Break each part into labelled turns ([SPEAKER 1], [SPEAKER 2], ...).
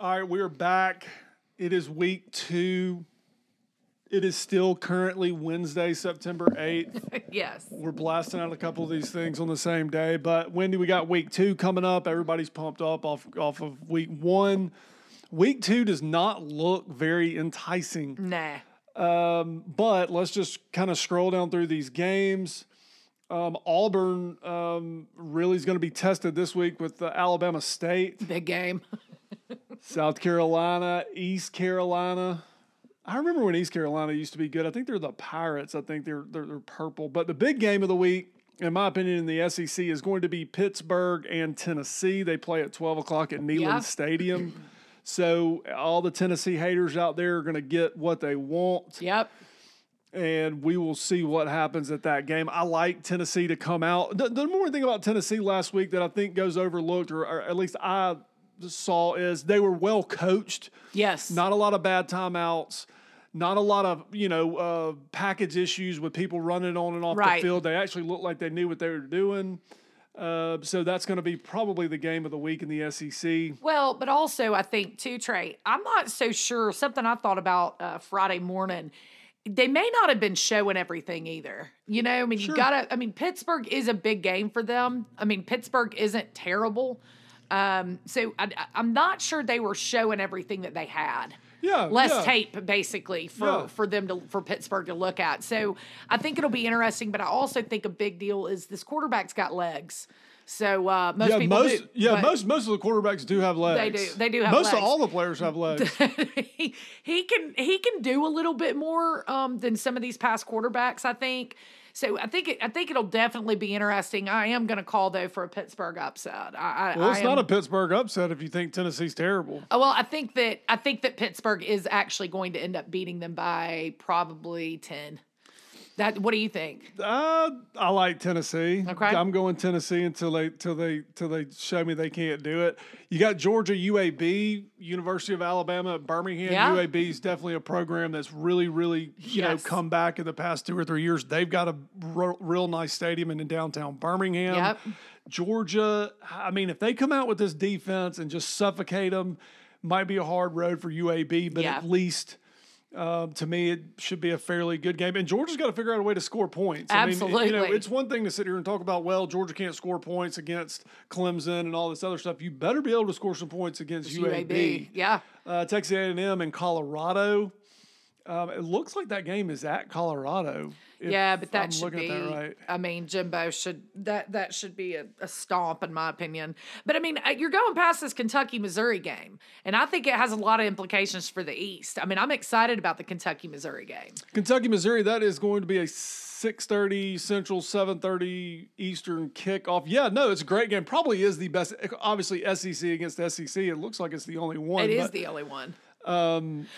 [SPEAKER 1] All right, we're back. It is week two. It is still currently Wednesday, September 8th.
[SPEAKER 2] yes.
[SPEAKER 1] We're blasting out a couple of these things on the same day. But Wendy, we got week two coming up. Everybody's pumped up off, off of week one. Week two does not look very enticing.
[SPEAKER 2] Nah.
[SPEAKER 1] But let's just kind of scroll down through these games. Um, Auburn um, really is going to be tested this week with uh, Alabama State,
[SPEAKER 2] Big game.
[SPEAKER 1] South Carolina, East Carolina. I remember when East Carolina used to be good. I think they're the Pirates. I think they're they're, they're purple. But the big game of the week, in my opinion, in the SEC is going to be Pittsburgh and Tennessee. They play at twelve o'clock at Neyland
[SPEAKER 2] Yeah.
[SPEAKER 1] Stadium. So all the Tennessee haters out there are going to get what they want
[SPEAKER 2] Yep.
[SPEAKER 1] and we will see what happens at that game. I like Tennessee to come out. The, the important thing about Tennessee last week that I think goes overlooked, or, or at least I saw, is they were well coached.
[SPEAKER 2] Yes.
[SPEAKER 1] Not a lot of bad timeouts. Not a lot of you know uh, package issues with people running on and off
[SPEAKER 2] Right.
[SPEAKER 1] the field. They actually looked like they knew what they were doing. Uh, so that's going to be probably the game of the week in the E SEC.
[SPEAKER 2] Well, but also I think too, Trey. I'm not so sure. Something I thought about uh, Friday morning. They may not have been showing everything either. You know, I mean, you gotta. I mean, Pittsburgh is a big game for them. I mean, Pittsburgh isn't terrible. Um, so I, I- I'm not sure they were showing everything that they had.
[SPEAKER 1] Yeah,
[SPEAKER 2] less
[SPEAKER 1] Uh, yeah.
[SPEAKER 2] tape basically for
[SPEAKER 1] Yeah.
[SPEAKER 2] for them to for Pittsburgh to look at. So I think it'll be interesting, but I also think a big deal is this quarterback's got legs. So uh, most
[SPEAKER 1] Yeah,
[SPEAKER 2] people
[SPEAKER 1] most
[SPEAKER 2] do,
[SPEAKER 1] yeah
[SPEAKER 2] but-
[SPEAKER 1] most most of the quarterbacks do have legs.
[SPEAKER 2] do- they do have
[SPEAKER 1] most of
[SPEAKER 2] legs.
[SPEAKER 1] all the players have legs.
[SPEAKER 2] he, he can he can do a little bit more um, than some of these past quarterbacks, I think. So I think it, I think it'll definitely be interesting. I am going to call though for a Pittsburgh upset. I, I,
[SPEAKER 1] Well, it's
[SPEAKER 2] I
[SPEAKER 1] not a
[SPEAKER 2] am-
[SPEAKER 1] Pittsburgh upset if you think Tennessee's terrible.
[SPEAKER 2] Oh, well, I think that I think that Pittsburgh is actually going to end up beating them by probably ten. That what do you think?
[SPEAKER 1] Uh, I like Tennessee.
[SPEAKER 2] Okay.
[SPEAKER 1] I'm going Tennessee until they till they till they show me they can't do it. You got Georgia UAB, University of Alabama at Birmingham.
[SPEAKER 2] Yeah.
[SPEAKER 1] UAB is definitely a program that's really really you know
[SPEAKER 2] Yes.
[SPEAKER 1] come back in the past two or three years. They've got a r- real nice stadium in downtown Birmingham.
[SPEAKER 2] Yep.
[SPEAKER 1] Georgia. I mean, if they come out with this defense and just suffocate them, might be a hard road for UAB, but
[SPEAKER 2] Yeah.
[SPEAKER 1] at least. Um, to me, it should be a fairly good game. And Georgia's got to figure out a way to score points. I mean, you know,
[SPEAKER 2] Absolutely.
[SPEAKER 1] it's one thing to sit here and talk about, well, Georgia can't score points against Clemson and all this other stuff. You better be able to score some points against UAB.
[SPEAKER 2] Yeah.
[SPEAKER 1] Uh, Texas A&M and Colorado. Um, it looks like that game is at Colorado. if
[SPEAKER 2] yeah, but that
[SPEAKER 1] I'm
[SPEAKER 2] should
[SPEAKER 1] looking
[SPEAKER 2] be.
[SPEAKER 1] at that right.
[SPEAKER 2] I mean, Jimbo should that that should be a, a stomp in my opinion. But I mean, uh, you're going past this Kentucky Missouri game, and I think it has a lot of implications for the East. I mean, I'm excited about the Kentucky Missouri game.
[SPEAKER 1] Kentucky, Missouri. That is going to be a six thirty Central, seven thirty Eastern kickoff. Yeah, no, it's a great game. Probably is the best. Obviously, SEC against SEC. It looks like it's the only one.
[SPEAKER 2] It is
[SPEAKER 1] but, um,
[SPEAKER 2] the only one.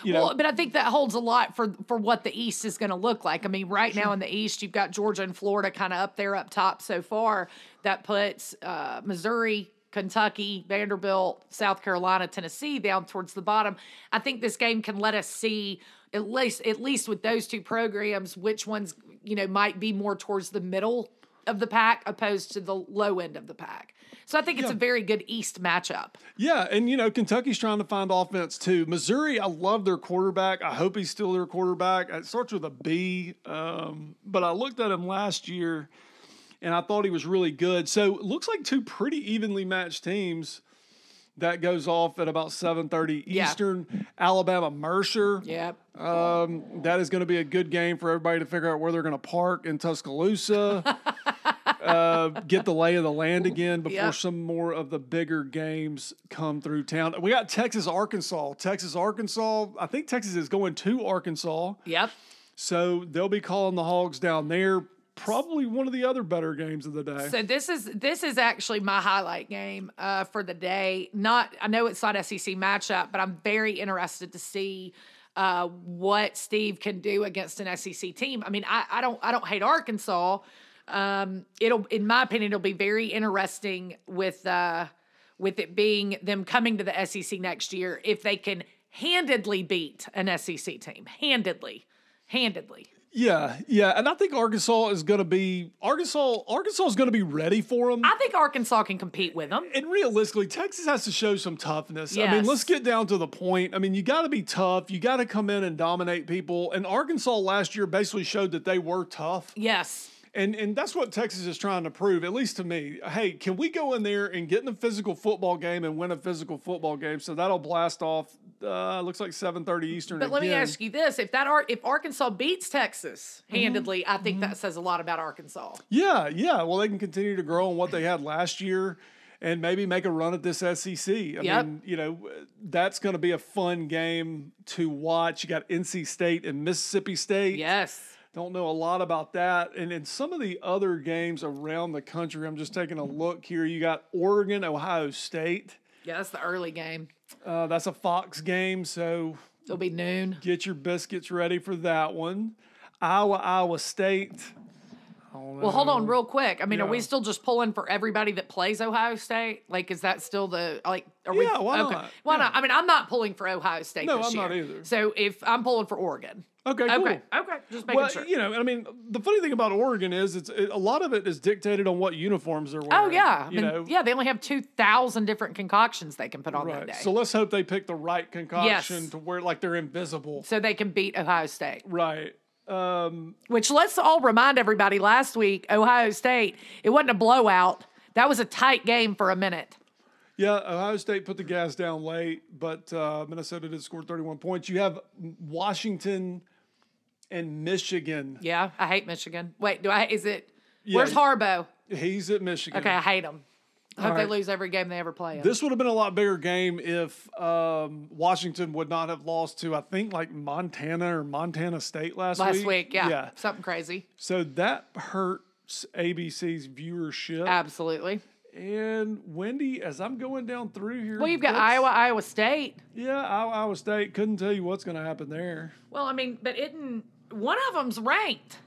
[SPEAKER 1] you know,
[SPEAKER 2] Well, but I think that holds a lot for for what the East is going to look like. I mean, right now in the East, you've got Georgia and Florida kind of up there, up top so far. That puts uh, Missouri, Kentucky, Vanderbilt, South Carolina, Tennessee down towards the bottom. I think this game can let us see at least at least with those two programs which ones you know might be more towards the middle of the pack opposed to the low end of the pack. So I think it's a very good East matchup.
[SPEAKER 1] Yeah, and you know Kentucky's trying to find offense too. Missouri, I love their quarterback. I hope he's still their quarterback. It starts with a B, um, but I looked at him last year, and I thought he was really good. So it looks like two pretty evenly matched teams. That goes off at about seven thirty
[SPEAKER 2] Yeah.
[SPEAKER 1] Eastern. Alabama Mercer.
[SPEAKER 2] Yep.
[SPEAKER 1] Um, that is going to be a good game for everybody to figure out where they're going to park in Tuscaloosa. uh, get the lay of the land again before
[SPEAKER 2] Yeah.
[SPEAKER 1] some more of the bigger games come through town. We got Texas, Arkansas. Texas, Arkansas. I think Texas is going to Arkansas,
[SPEAKER 2] Yep.
[SPEAKER 1] so they'll be calling the Hogs down there. Probably one of the other better games of the day.
[SPEAKER 2] So this is this is actually my highlight game uh, for the day. Not I know it's not SEC matchup, but I'm very interested to see uh, what Steve can do against an SEC team. I mean, I, I don't I don't hate Arkansas. Um, it'll in my opinion it'll be very interesting with uh, with it being them coming to the SEC next year E if they can handedly beat an SEC team handedly handedly.
[SPEAKER 1] Yeah, yeah, and I think Arkansas is going to be Arkansas. Arkansas is going to be ready for them.
[SPEAKER 2] I think Arkansas can compete with them.
[SPEAKER 1] and realistically, Texas has to show some toughness. I mean, let's
[SPEAKER 2] Yes.
[SPEAKER 1] get down to the point. I mean, you got to be tough. You got to come in and dominate people. And Arkansas last year basically showed that they were tough.
[SPEAKER 2] Yes.
[SPEAKER 1] And and that's what Texas is trying to prove, at least to me. Hey, can we go in there and get in a physical football game and win a physical football game? So that'll blast off. Uh, looks like seven thirty Eastern.
[SPEAKER 2] But let me
[SPEAKER 1] again.
[SPEAKER 2] ask you this: if that Ar- if Arkansas beats Texas handedly, I think that says a lot about Arkansas.
[SPEAKER 1] Yeah, yeah. Well, they can continue to grow on what they had last year and maybe make a run at this SEC. I
[SPEAKER 2] Yep.
[SPEAKER 1] mean, you know, that's going to be a fun game to watch. You got NC State and Mississippi State.
[SPEAKER 2] Yes.
[SPEAKER 1] Don't know a lot about that. And in some of the other games around the country, I'm just taking a look here. You got Oregon, Ohio State.
[SPEAKER 2] Yeah, that's the early game.
[SPEAKER 1] Uh, that's a Fox game. So
[SPEAKER 2] It'll be noon.
[SPEAKER 1] get your biscuits ready for that one. Iowa, Iowa State. I don't
[SPEAKER 2] Well,
[SPEAKER 1] know.
[SPEAKER 2] hold on real quick. I mean, are we
[SPEAKER 1] Yeah.
[SPEAKER 2] still just pulling for everybody that plays Ohio State? Like, is that still the like? Are
[SPEAKER 1] Yeah,
[SPEAKER 2] we,
[SPEAKER 1] why not?
[SPEAKER 2] Why
[SPEAKER 1] Yeah.
[SPEAKER 2] not? I mean, I'm not pulling for Ohio State.
[SPEAKER 1] No,
[SPEAKER 2] this
[SPEAKER 1] I'm
[SPEAKER 2] year.
[SPEAKER 1] not either.
[SPEAKER 2] So if I'm pulling for Oregon,
[SPEAKER 1] Okay, cool.
[SPEAKER 2] okay, okay, just making
[SPEAKER 1] Well,
[SPEAKER 2] sure.
[SPEAKER 1] you know, I mean, the funny thing about Oregon is it's it, a lot of it is dictated on what uniforms they're wearing.
[SPEAKER 2] Oh yeah, I
[SPEAKER 1] you
[SPEAKER 2] mean,
[SPEAKER 1] know,
[SPEAKER 2] yeah. They only have two thousand different concoctions they can put on that
[SPEAKER 1] right.
[SPEAKER 2] day,
[SPEAKER 1] So
[SPEAKER 2] so,
[SPEAKER 1] let's hope they pick the right concoction
[SPEAKER 2] Yes.
[SPEAKER 1] to where like they're invisible.
[SPEAKER 2] they can beat Ohio State.
[SPEAKER 1] Right. Um,
[SPEAKER 2] Which let's all remind everybody: last week, Ohio State, it wasn't a blowout. That was a tight game for a minute.
[SPEAKER 1] yeah, Ohio State put the gas down late, but uh, Minnesota did score 31 points. You have Washington and Michigan.
[SPEAKER 2] Yeah, I hate Michigan. Wait, do I? Is it?
[SPEAKER 1] Yeah.
[SPEAKER 2] Where's Harbaugh?
[SPEAKER 1] He's at Michigan.
[SPEAKER 2] Okay, I hate them. I hope
[SPEAKER 1] right.
[SPEAKER 2] they lose every game they ever play. in.
[SPEAKER 1] This would have been a lot bigger game if um, Washington would not have lost to I think like Montana or Montana State last,
[SPEAKER 2] Last
[SPEAKER 1] week.
[SPEAKER 2] week, yeah,
[SPEAKER 1] Yeah.
[SPEAKER 2] something crazy.
[SPEAKER 1] So that hurts ABC's viewership.
[SPEAKER 2] Uh, Absolutely.
[SPEAKER 1] and Wendy, as I'm going down through here,
[SPEAKER 2] Well, you've got
[SPEAKER 1] that's-
[SPEAKER 2] Iowa, Iowa State.
[SPEAKER 1] Yeah, Iowa, Iowa State. Couldn't tell you what's going to happen there.
[SPEAKER 2] Well, I mean, but isn't one of them's ranked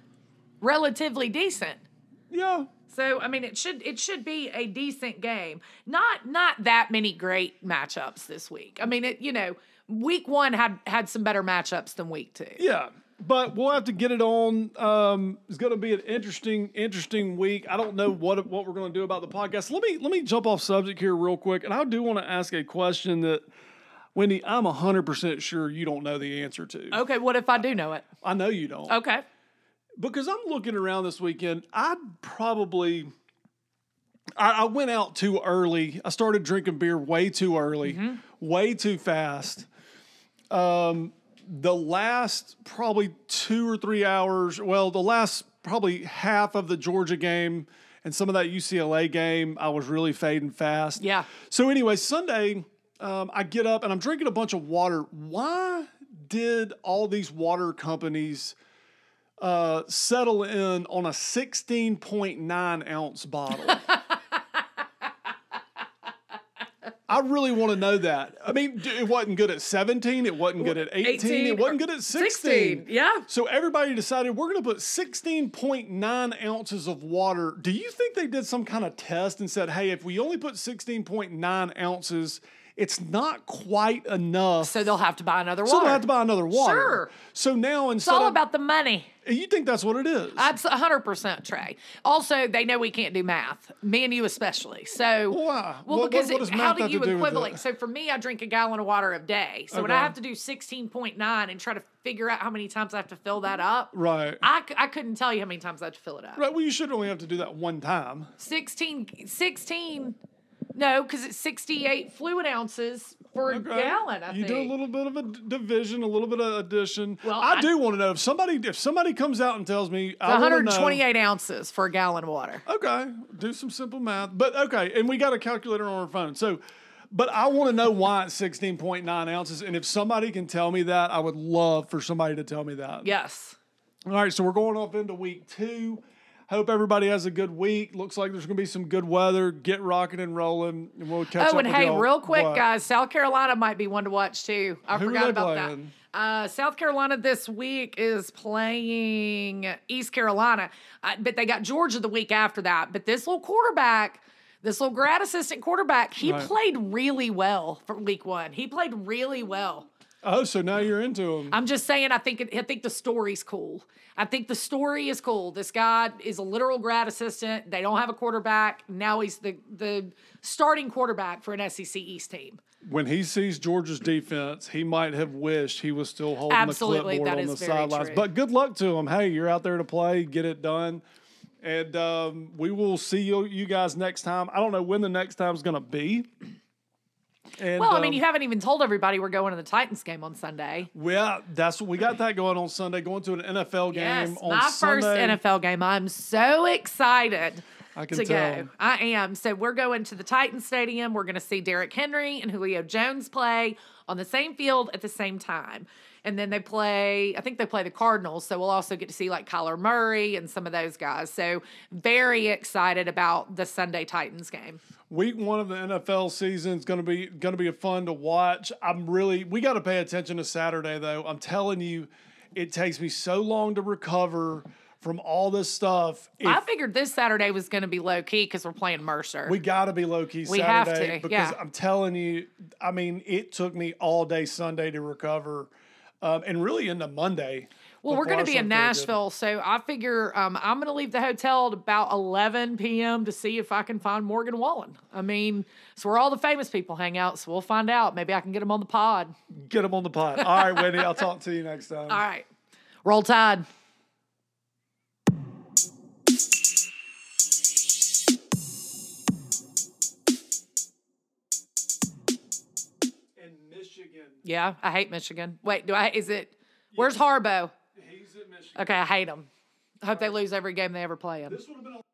[SPEAKER 2] relatively decent?
[SPEAKER 1] Yeah,
[SPEAKER 2] So I mean, it should it should be a decent game. Not not that many great matchups this week. I mean, it you know, week one had had some better matchups than week two.
[SPEAKER 1] yeah. But we'll have to get it on. Um, it's going to be an interesting, interesting week. I don't know what what we're going to do about the podcast. Let me let me jump off subject here real quick, and I do want to ask a question that Wendy, I'm hundred percent sure you don't know the answer to.
[SPEAKER 2] Okay, what if I do know it?
[SPEAKER 1] I know you don't.
[SPEAKER 2] Okay,
[SPEAKER 1] because I'm looking around this weekend, I probably I, I went out too early. I started drinking beer way too early, way too fast. Um, the last probably two or three hours, well, the last probably half of the Georgia game and some of that UCLA game, I was really fading fast.
[SPEAKER 2] Yeah.
[SPEAKER 1] So anyway, Sunday, um, I get up and I'm drinking a bunch of water. Why did all these water companies? uh, settle in on a 16.9 ounce bottle. I really want to know that. I mean, d- it wasn't good at 17, it wasn't good at 18,
[SPEAKER 2] 18
[SPEAKER 1] it wasn't good at 16.
[SPEAKER 2] sixteen. Yeah.
[SPEAKER 1] So everybody decided we're going to put 16.9 ounces of water. Do you think they did some kind of test and said, hey, if we only put 16.9 ounces, it's not quite enough.
[SPEAKER 2] So they'll have to buy another
[SPEAKER 1] so
[SPEAKER 2] water.
[SPEAKER 1] they'll have to buy another water.
[SPEAKER 2] Sure.
[SPEAKER 1] So now
[SPEAKER 2] it's
[SPEAKER 1] instead
[SPEAKER 2] all
[SPEAKER 1] of,
[SPEAKER 2] about the money.
[SPEAKER 1] you think that's what it is?
[SPEAKER 2] That's 100% Trey. Also, they know we can't do math, me and you especially. So,
[SPEAKER 1] Why?
[SPEAKER 2] well,
[SPEAKER 1] What-
[SPEAKER 2] because
[SPEAKER 1] what- what
[SPEAKER 2] it-
[SPEAKER 1] does
[SPEAKER 2] how
[SPEAKER 1] math
[SPEAKER 2] do
[SPEAKER 1] have to
[SPEAKER 2] you
[SPEAKER 1] do with
[SPEAKER 2] equivalent?
[SPEAKER 1] it?
[SPEAKER 2] So, for me, I drink a gallon of water a day. So, when I
[SPEAKER 1] Okay.
[SPEAKER 2] have to do 16.9 and try to figure out how many times I have to fill that up,
[SPEAKER 1] Right.
[SPEAKER 2] I, c- I couldn't tell you how many times I had to fill it up.
[SPEAKER 1] right. uh, Well, you should only have to do that one time.
[SPEAKER 2] 16, 16 no, because it's 68 fluid ounces for a
[SPEAKER 1] Okay?
[SPEAKER 2] gallon. I
[SPEAKER 1] you
[SPEAKER 2] think.
[SPEAKER 1] do a little bit of a d- division, a little bit of addition. Well,
[SPEAKER 2] Well,
[SPEAKER 1] I,
[SPEAKER 2] I-
[SPEAKER 1] do want to know if somebody if somebody comes out and tells me I wanna know- Uh,
[SPEAKER 2] 128 ounces for a gallon of water.
[SPEAKER 1] Okay, do some simple math, but okay, and we got a calculator on our phone, so. But I want to know why it's sixteen point nine ounces, and if somebody can tell me that, I would love for somebody to tell me that.
[SPEAKER 2] Yes.
[SPEAKER 1] All right, so we're going off into week two. Hope everybody has a good week. Looks like there's going to be some good weather. Get rocking and rolling, and we'll catch up.
[SPEAKER 2] Oh, and
[SPEAKER 1] with
[SPEAKER 2] hey,
[SPEAKER 1] y'all.
[SPEAKER 2] real quick,
[SPEAKER 1] What?
[SPEAKER 2] guys, South Carolina might be one to watch too. I
[SPEAKER 1] Who are
[SPEAKER 2] forgot
[SPEAKER 1] they
[SPEAKER 2] about
[SPEAKER 1] playing?
[SPEAKER 2] that. Uh, South Carolina this week is playing East Carolina, uh, but they got Georgia the week after that. But this little quarterback, this little grad assistant quarterback, he
[SPEAKER 1] Right.
[SPEAKER 2] played really well for week one. He played really well.
[SPEAKER 1] Oh, so now you're into him.
[SPEAKER 2] I'm just saying. I think it- I think the story's cool. I think the story is cool. This guy is a literal grad assistant. They don't have a quarterback. Now he's the the starting quarterback for an SEC East team.
[SPEAKER 1] When he sees Georgia's defense, he might have wished he was still holding
[SPEAKER 2] Absolutely,
[SPEAKER 1] the
[SPEAKER 2] that
[SPEAKER 1] clipboard on the
[SPEAKER 2] is very
[SPEAKER 1] sidelines.
[SPEAKER 2] true.
[SPEAKER 1] But good luck to him. Hey, you're out there to play, get it done. And um, we will see you, you guys next time. I don't know when the next time's going to be. And,
[SPEAKER 2] Well, I mean,
[SPEAKER 1] um,
[SPEAKER 2] you haven't even told everybody we're going to the Titans game on Sunday.
[SPEAKER 1] Well, that's what we got that going on Sunday. Going to an NFL game
[SPEAKER 2] Yes,
[SPEAKER 1] on
[SPEAKER 2] my
[SPEAKER 1] Sunday.
[SPEAKER 2] first NFL game. I'm so excited.
[SPEAKER 1] I can
[SPEAKER 2] to
[SPEAKER 1] tell.
[SPEAKER 2] go. I am. So we're going to the Titan Stadium. We're going to see Derrick Henry and Julio Jones play on the same field at the same time. And then they play, I think they play the Cardinals. So we'll also get to see like Kyler Murray and some of those guys. So very excited about the Sunday Titans game.
[SPEAKER 1] Week one of the NFL season is going to be going to be fun to watch. I'm really we got to pay attention to Saturday though. I'm telling you, it takes me so long to recover from all this stuff. If
[SPEAKER 2] I figured this Saturday was going to be low key because we're playing Mercer.
[SPEAKER 1] we got to be low key
[SPEAKER 2] We
[SPEAKER 1] Saturday
[SPEAKER 2] have to,
[SPEAKER 1] because
[SPEAKER 2] yeah.
[SPEAKER 1] I'm telling you, I mean, it took me all day Sunday to recover, um, and really into Monday.
[SPEAKER 2] Well, we're going to
[SPEAKER 1] before I
[SPEAKER 2] be
[SPEAKER 1] started feeling
[SPEAKER 2] in
[SPEAKER 1] good.
[SPEAKER 2] Nashville, so I figure um, I'm going to leave the hotel at about 11 p.m. to see if I can find Morgan Wallen. I mean, it's where all the famous people hang out, so we'll find out. Maybe I can get them on the pod.
[SPEAKER 1] Get them on the pot. All right, Wendy, I'll talk to you next time.
[SPEAKER 2] All right, roll tide.
[SPEAKER 1] In Michigan,
[SPEAKER 2] Yeah, I hate Michigan. Wait, do I? Is it? Where's Harbo?
[SPEAKER 1] he's in Michigan.
[SPEAKER 2] Okay, I hate them. Hope they lose every game they ever play in.
[SPEAKER 1] This would have been a